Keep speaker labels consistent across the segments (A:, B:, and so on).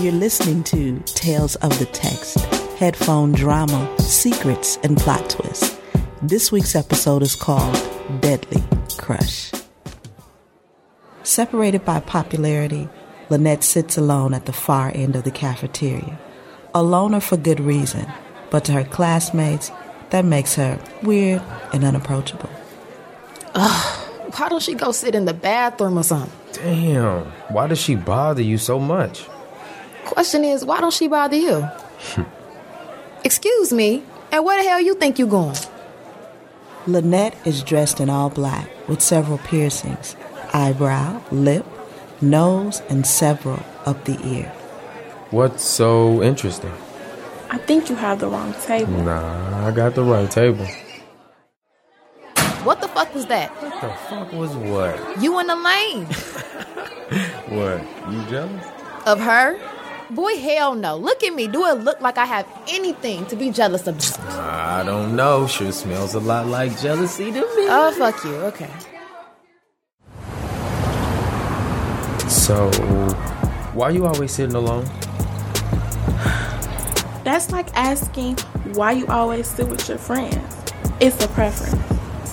A: You're listening to Tales of the Text, headphone drama, secrets, and plot twists. This week's episode is called Deadly Crush. Separated by popularity, Lynette sits alone at the far end of the cafeteria. A loner for good reason, but to her classmates, that makes her weird and unapproachable.
B: Why don't she go sit in the bathroom or something?
C: Damn, why does she bother you so much?
B: Question is, why don't she bother you? Excuse me, and where the hell you think you going?
A: Lynette is dressed in all black with several piercings eyebrow, lip, nose, and several up the ear.
C: What's so interesting?
D: I think you have the wrong table.
C: Mm. Nah, I got the right table.
B: What the fuck was that?
C: What the fuck was what?
B: You in the lane
C: What? You jealous?
B: of her? Boy, hell no. Look at me. Do it look like I have anything to be jealous of?
C: I don't know. Sure smells a lot like jealousy to me.
B: Oh, fuck you. Okay.
C: So, why you always sitting alone?
D: That's like asking why you always sit with your friends. It's a preference.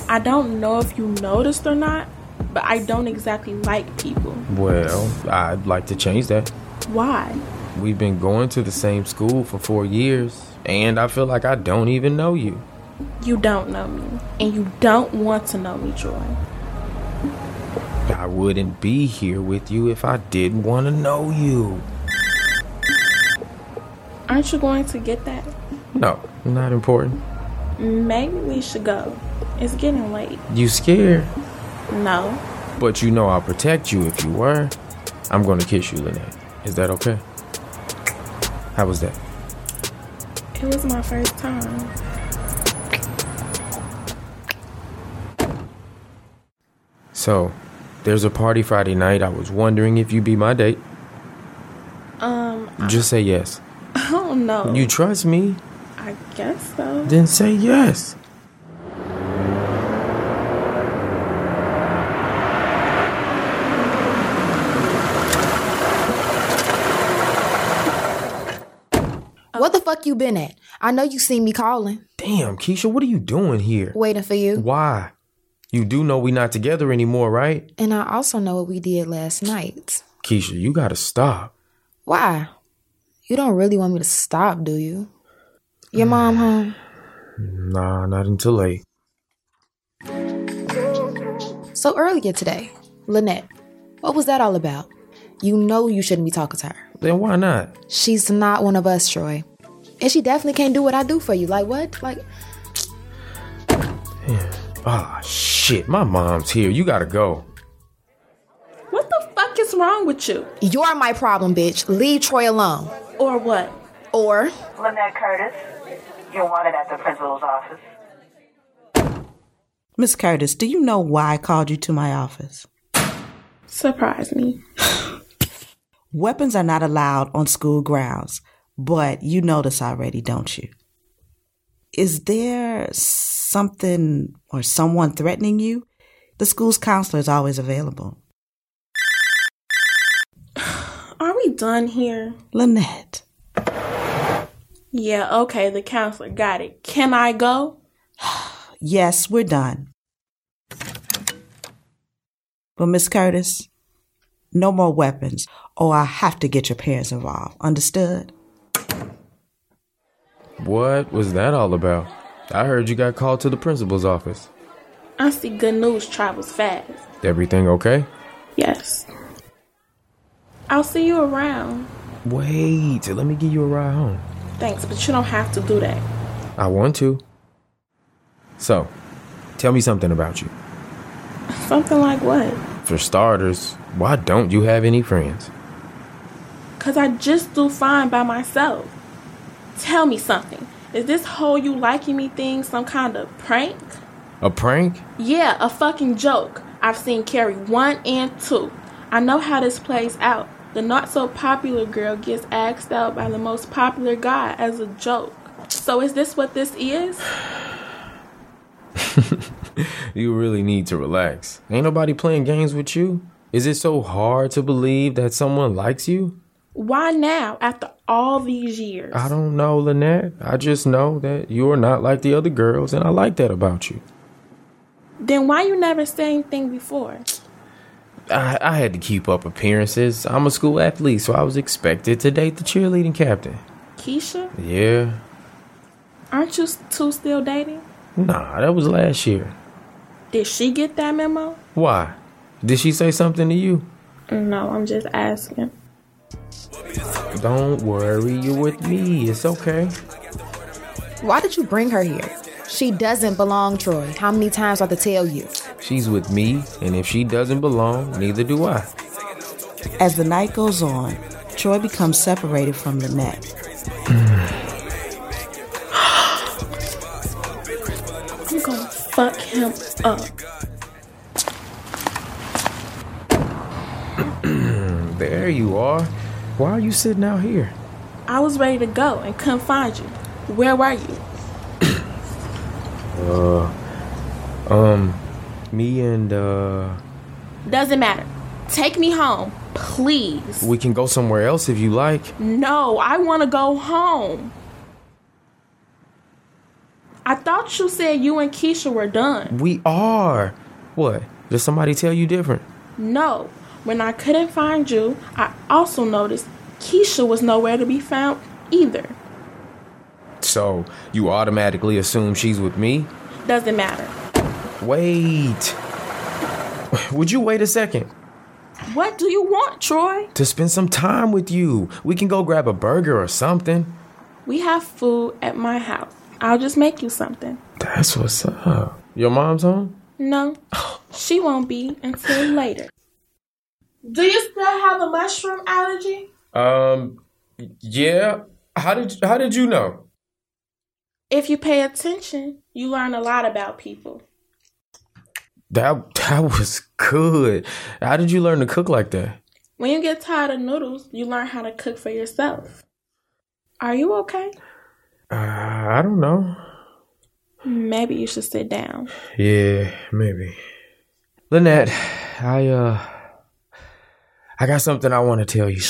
D: I don't know if you noticed or not, but I don't exactly like people.
C: Well, I'd like to change that.
D: Why?
C: We've been going to the same school for four years, and I feel like I don't even know you.
D: You don't know me, and you don't want to know me, Joy.
C: I wouldn't be here with you if I didn't want to know you.
D: Aren't you going to get that?
C: No, not important.
D: Maybe we should go. It's getting late.
C: You scared?
D: No,
C: But you know I'll protect you if you were. I'm gonna kiss you, Lynette. Is that okay? How was that?
D: it was my first time.
C: So, there's a party Friday night. I was wondering if you'd be my date.
D: Um,
C: Just say yes.
D: I don't know.
C: You trust me?
D: I guess so.
C: Then say yes.
B: What the fuck you been at? I know you seen me calling,
C: Damn, Keisha, what are you doing here?
B: waiting for you.
C: Why? You do know we not together anymore, right?
B: And I also know what we did last night.
C: Keisha, you gotta stop.
B: Why? You don't really want me to stop, do you? Your mom home?
C: Nah, not until late.
B: So earlier today, Lynette, what was that all about? You know you shouldn't be talking to her.
C: Then why not?
B: She's not one of us, Troy. And she definitely can't do what I do for you. Like what? Like
C: Ah, shit, my mom's here. You gotta go.
D: What the fuck is wrong with you?
B: you're my problem, bitch. Leave Troy alone.
D: Or what?
B: Or
E: Lynette Curtis, you're wanted at the principal's office.
A: Miss Curtis, do you know why I called you to my office?
D: Surprise me.
A: Weapons are not allowed on school grounds, but you know this already, don't you? Is there something or someone threatening you? The school's counselor is always available.
D: Are we done here?
A: Lynette,
D: Yeah, okay, the counselor got it. Can I go?
A: yes, we're done. But, Miss Curtis, no more weapons, or I'll have to get your parents involved. Understood?
C: What was that all about? I heard you got called to the principal's office.
D: I see good news travels fast.
C: Everything okay?
D: Yes. I'll see you around.
C: Wait, let me give you a ride home.
D: Thanks, but you don't have to do that.
C: I want to. So, tell me something about you.
D: Something like what?
C: For starters, why don't you have any friends?
D: Cause I just do fine by myself. Tell me something. Is this whole you liking me thing some kind of prank?
C: A prank?
D: Yeah, a fucking joke. I've seen Carrie 1 and 2. I know how this plays out. The not so popular girl gets axed out by the most popular guy as a joke. So is this what this is?
C: You really need to relax. Ain't nobody playing games with you. Is it so hard to believe that someone likes you?
D: Why now, after all these years?
C: I don't know, Lynette. I just know that you are not like the other girls, and I like that about you.
D: Then why you never said anything before?
C: I, I had to keep up appearances. I'm a school athlete, so I was expected to date the cheerleading captain.
D: Keisha,
C: Yeah.
D: aren't you s- two still dating?
C: Nah, that was last year.
D: Did she get that memo?
C: Why? Did she say something to you?
D: No, I'm just asking.
C: Don't worry, you're with me. It's okay.
B: Why did you bring her here? She doesn't belong, Troy. How many times do I have to tell you?
C: She's with me, and if she doesn't belong, neither do I.
A: As the night goes on, Troy becomes separated from Lynette.
D: I'm gonna fuck him up.
C: There you are. Why are you sitting out here?
D: I was ready to go and couldn't find you. Where were you?
C: Me and, uh,
D: Doesn't matter. Take me home, please.
C: we can go somewhere else if you like.
D: No, I wanna go home. I thought you said you and Keisha were done.
C: We are. What? Did somebody tell you different?
D: No, when I couldn't find you, I also noticed Keisha was nowhere to be found either.
C: So, you automatically assume she's with me?
D: Doesn't matter.
C: Wait. Would you wait a second?
D: What do you want, Troy?
C: To spend some time with you. We can go grab a burger or something.
D: We have food at my house. I'll just make you something.
C: That's what's up. Your mom's home?
D: No, she won't be until later. Do you still have a mushroom allergy?
C: Um, yeah. How did how did you know?
D: If you pay attention, you learn a lot about people.
C: That that was good. How did you learn to cook like that?
D: When you get tired of noodles, you learn how to cook for yourself. Are you okay?
C: Uh, I don't know.
D: Maybe you should sit down.
C: Yeah, maybe. Lynette, I uh I got something I want to tell you.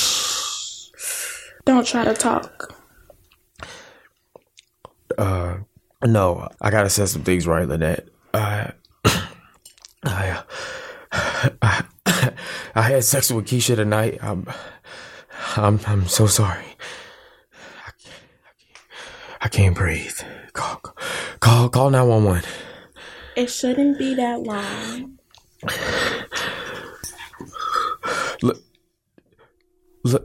D: Don't try to talk.
C: Uh no, I got to set some things right, Lynette. Uh I uh, I, I had sex with Keisha tonight. I'm I'm I'm so sorry. I can't- I can't, I can't breathe. Call call call 911.
D: It shouldn't be that long.
C: L-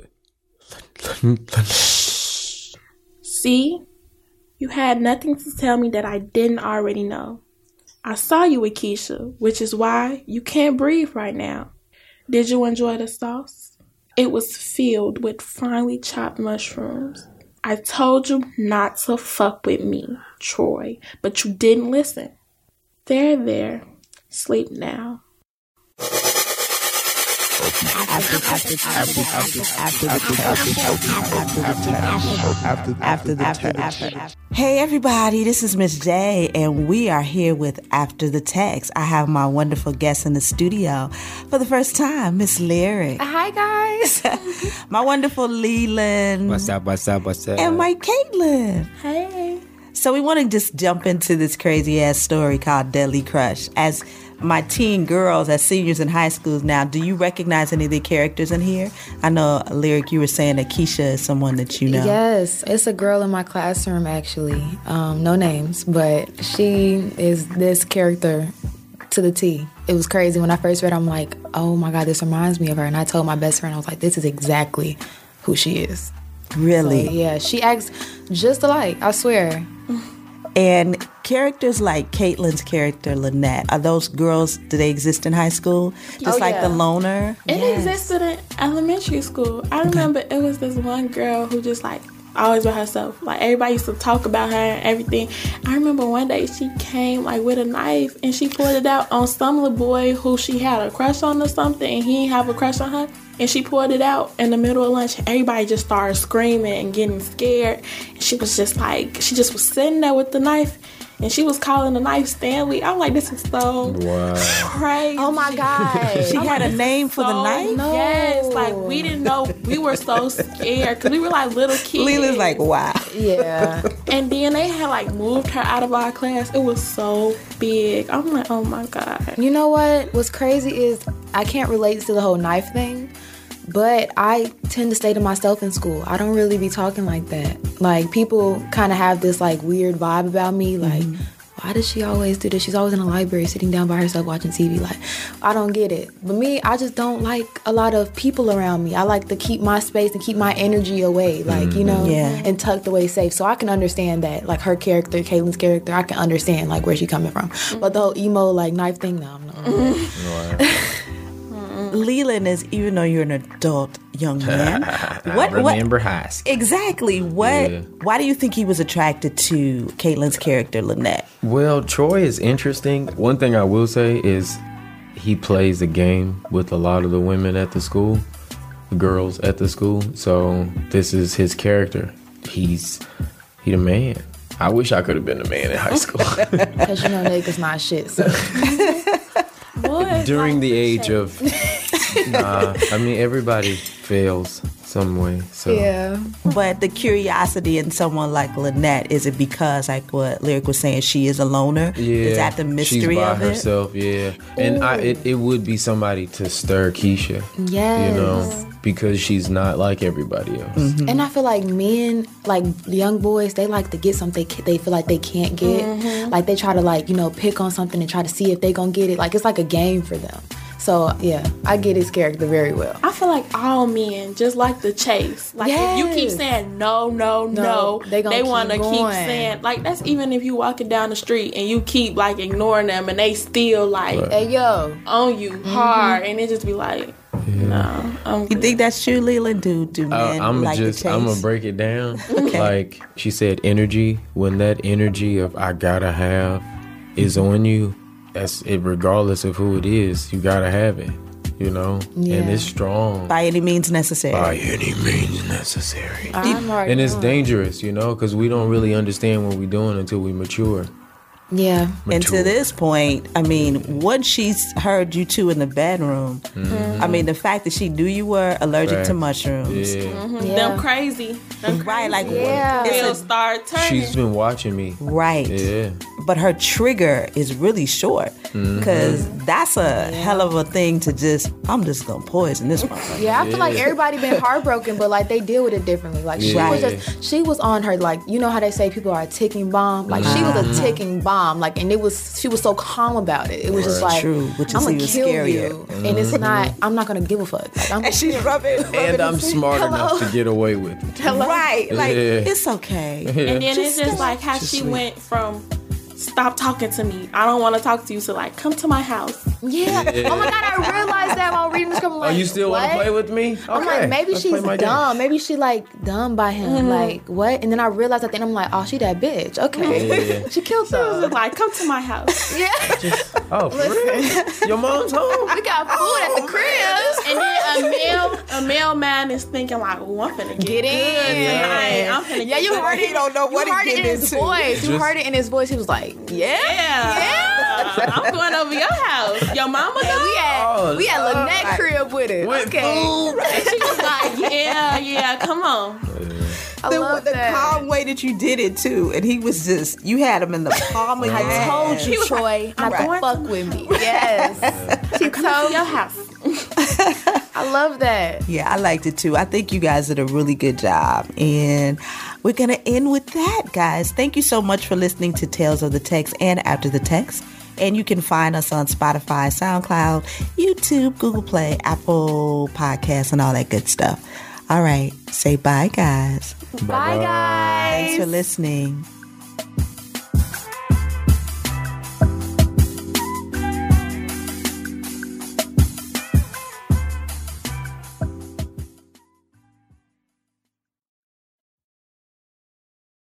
D: See? You had nothing to tell me that I didn't already know. I saw you with Keisha, which is why you can't breathe right now. Did you enjoy the sauce? It was filled with finely chopped mushrooms. I told you not to fuck with me, Troy, but you didn't listen. There, there. Sleep now.
A: Hey everybody, this is Miss J and we are here with After the Text. I have my wonderful guest in the studio for the first time, Miss Lyric.
B: Hi, guys.
A: My wonderful Leland.
F: What's up? What's up? What's up?
A: And my Caitlin.
D: Hey.
A: So we want to just jump into this crazy ass story called Deadly Crush. As my teen girls, as seniors in high schools now, do you recognize any of the characters in here? I know Lyric, you were saying that Keisha is someone that you know.
B: Yes, it's a girl in my classroom actually. Um, no names, but she is this character to the T. It was crazy when I first read. I'm like, oh my god, this reminds me of her. And I told my best friend, I was like, this is exactly who she is.
A: Really.
B: But yeah, she acts just alike. I swear.
A: And characters like Caitlin's character, Lynette, are those girls, do they exist in high school? Just
B: Oh,
A: like the
B: yeah.
A: loner?
D: It existed in elementary school. I remember it was this one girl who just like always by herself. Like everybody used to talk about her and everything. I remember one day she came like with a knife and she pulled it out on some little boy who she had a crush on or something and he didn't have a crush on her. And she pulled it out in the middle of lunch. Everybody just started screaming and getting scared. And she was just like, she just was sitting there with the knife. and she was calling the knife Stanley. I'm like, this is so
C: Wow.
D: crazy.
B: Oh my god.
A: She had a name for the
D: So-
A: night?
D: Yes, like we didn't know. We were so scared because we were like little kids.
A: Leela's like, wow.
B: yeah.
D: and then they had like moved her out of our class. It was so big. I'm like, oh my god.
B: You know what? What's crazy is I can't relate to the whole knife thing, but I tend to stay to myself in school. I don't really be talking like that. Like people kind of have this like weird vibe about me. Like, why does she always do this? She's always in the library sitting down by herself watching TV. Like, I don't get it. But me, I just don't like a lot of people around me. I like to keep my space and keep my energy away. Like, you know,
A: Yeah.
B: and tucked away safe. So I can understand that. Like her character, Caitlin's character, I can understand like where she coming from. But the whole emo like knife thing, no, I'm not.
A: Leland is, even though you're an adult young man, what, what
C: Remember high school.
A: exactly what?
C: Yeah.
A: Why do you think he was attracted to Caitlin's character, Lynette?
C: Well, Troy is interesting. One thing I will say is he plays the game with a lot of the women at the school, the girls at the school. So this is his character. He's he the man. I wish I could have been a man in high school.
B: Because you know niggas not shit. So
D: What?
C: During the age of nah, I mean everybody fails some way. So
B: yeah.
A: But the curiosity in someone like Lynette is it because, like what Lyric was saying, she is a loner? Is that the mystery
C: She's by
A: of it?
C: herself, yeah. And I, it, it would be somebody to stir Keisha.
B: Yes.
C: You know, because she's not like everybody else.
A: Mm-hmm.
B: And I feel like men, like young boys, they like to get something they ca- they feel like they can't get. Like they try to like you know pick on something and try to see if they gonna get it. Like it's like a game for them. So yeah, I get his character very well.
D: I feel like all men just like the chase. Like if you keep
B: Yes.
D: saying no, no,
B: No,
D: no,
B: they
D: they,
B: gonna keep
D: want to keep
B: going.
D: saying like that's even if you walking down the street and you keep like ignoring them and they still like
B: Hey yo,
D: on you hard and it just be like, no, I'm
A: You think that's true, Leland? Do do
C: Uh,
A: men
C: I'm
A: like
C: just
A: the chase?
C: I'm gonna break it down. Like she said, energy. When that energy of I gotta have is on you, that's it. Regardless of who it is, you gotta have it. You know, and it's strong
A: by any means necessary.
C: by any means necessary.
B: I'm already
C: and it's
B: on.
C: dangerous, you know, because we don't really understand what we're doing until we mature.
B: yeah.
A: And
C: Mature.
A: to this point, I mean, once she's heard you two in the bedroom, I mean, the fact that she knew you were allergic to
C: Facts.
A: mushrooms,
C: Mm-hmm. Yeah.
B: yeah.
D: them crazy. Them
A: right? Like,
B: Yeah.
D: will
A: it's a,
D: start turning.
C: She's been watching me.
A: right.
C: Yeah.
A: But her trigger is really short
C: Mm-hmm.
A: because that's a hell of a thing to just. I'm just gonna poison this motherfucker.
B: Yeah, I feel like everybody been heartbroken, but like they deal with it differently. Like she
A: Yeah.
B: was just she was on her like you know how they say people are a ticking bomb. Like she
A: Mm-hmm.
B: was a ticking bomb. Like and it was she was so calm about it. It was just like
A: True, which is
B: I'm gonna
A: even
B: kill
A: scarier. Mm-hmm.
B: you, and it's not. I'm not gonna give a fuck. Like, I'm,
A: And she's rubbing, rubbing
C: And I'm
A: his feet.
C: smart enough
B: Hello.
C: to get away with it.
A: Right, like
C: Yeah.
A: it's okay.
D: And then it's just like how
C: Just
D: she
C: sleep.
D: went from stop talking to me. I don't want to talk to you to like come to my house.
B: yeah. Oh my god, I realized that while reading this. Coming,
C: Oh,
B: like,
C: you still want to
B: what?
C: play with me? Okay.
B: I'm like, maybe
C: let's play
B: she's
C: my game.
B: dumb. Maybe she like dumb by him.
A: Mm-hmm.
B: Like what? And then I realized at the end, I'm like, oh, she that bitch. Okay, she killed
D: Look
B: us.
D: like come to my house.
B: Yeah.
C: Oh, for real? Your mom's home?
B: We got food at the crib.
D: And then a male a male man is thinking like, oh, I'm finna get,
B: Get in.
D: tonight. I'm finna
B: Yeah,
D: get
B: you
D: good."
B: heard it.
A: don't know what
B: you
A: he
B: heard it in
A: getting
B: his
A: into.
B: voice. You
C: Just-
B: heard it in his voice. He was like, "Yeah."
D: Yeah. I'm going over your house. Your mama
B: And we
D: knows.
B: at
C: Oh,
B: we at
C: Lord.
B: Lynette crib with it.
C: With
B: okay.
C: food.
D: And she was like, yeah, yeah, come on.
B: I
A: The,
B: love
A: the
B: that.
A: calm way that you did it too, and he was just you had him in the palm of your
B: I told
A: hand.
B: you, Troy, not to
D: going
B: fuck with me. Yes. she told
D: Your house.
B: I love that.
A: Yeah, I liked it too. I think you guys did a really good job. And we're going to end with that, guys. Thank you so much for listening to Tales of the Text and After the Text. And you can find us on Spotify, SoundCloud, YouTube, Google Play, Apple Podcasts, and all that good stuff. All right. Say bye, guys.
B: Bye, guys.
A: Thanks for listening.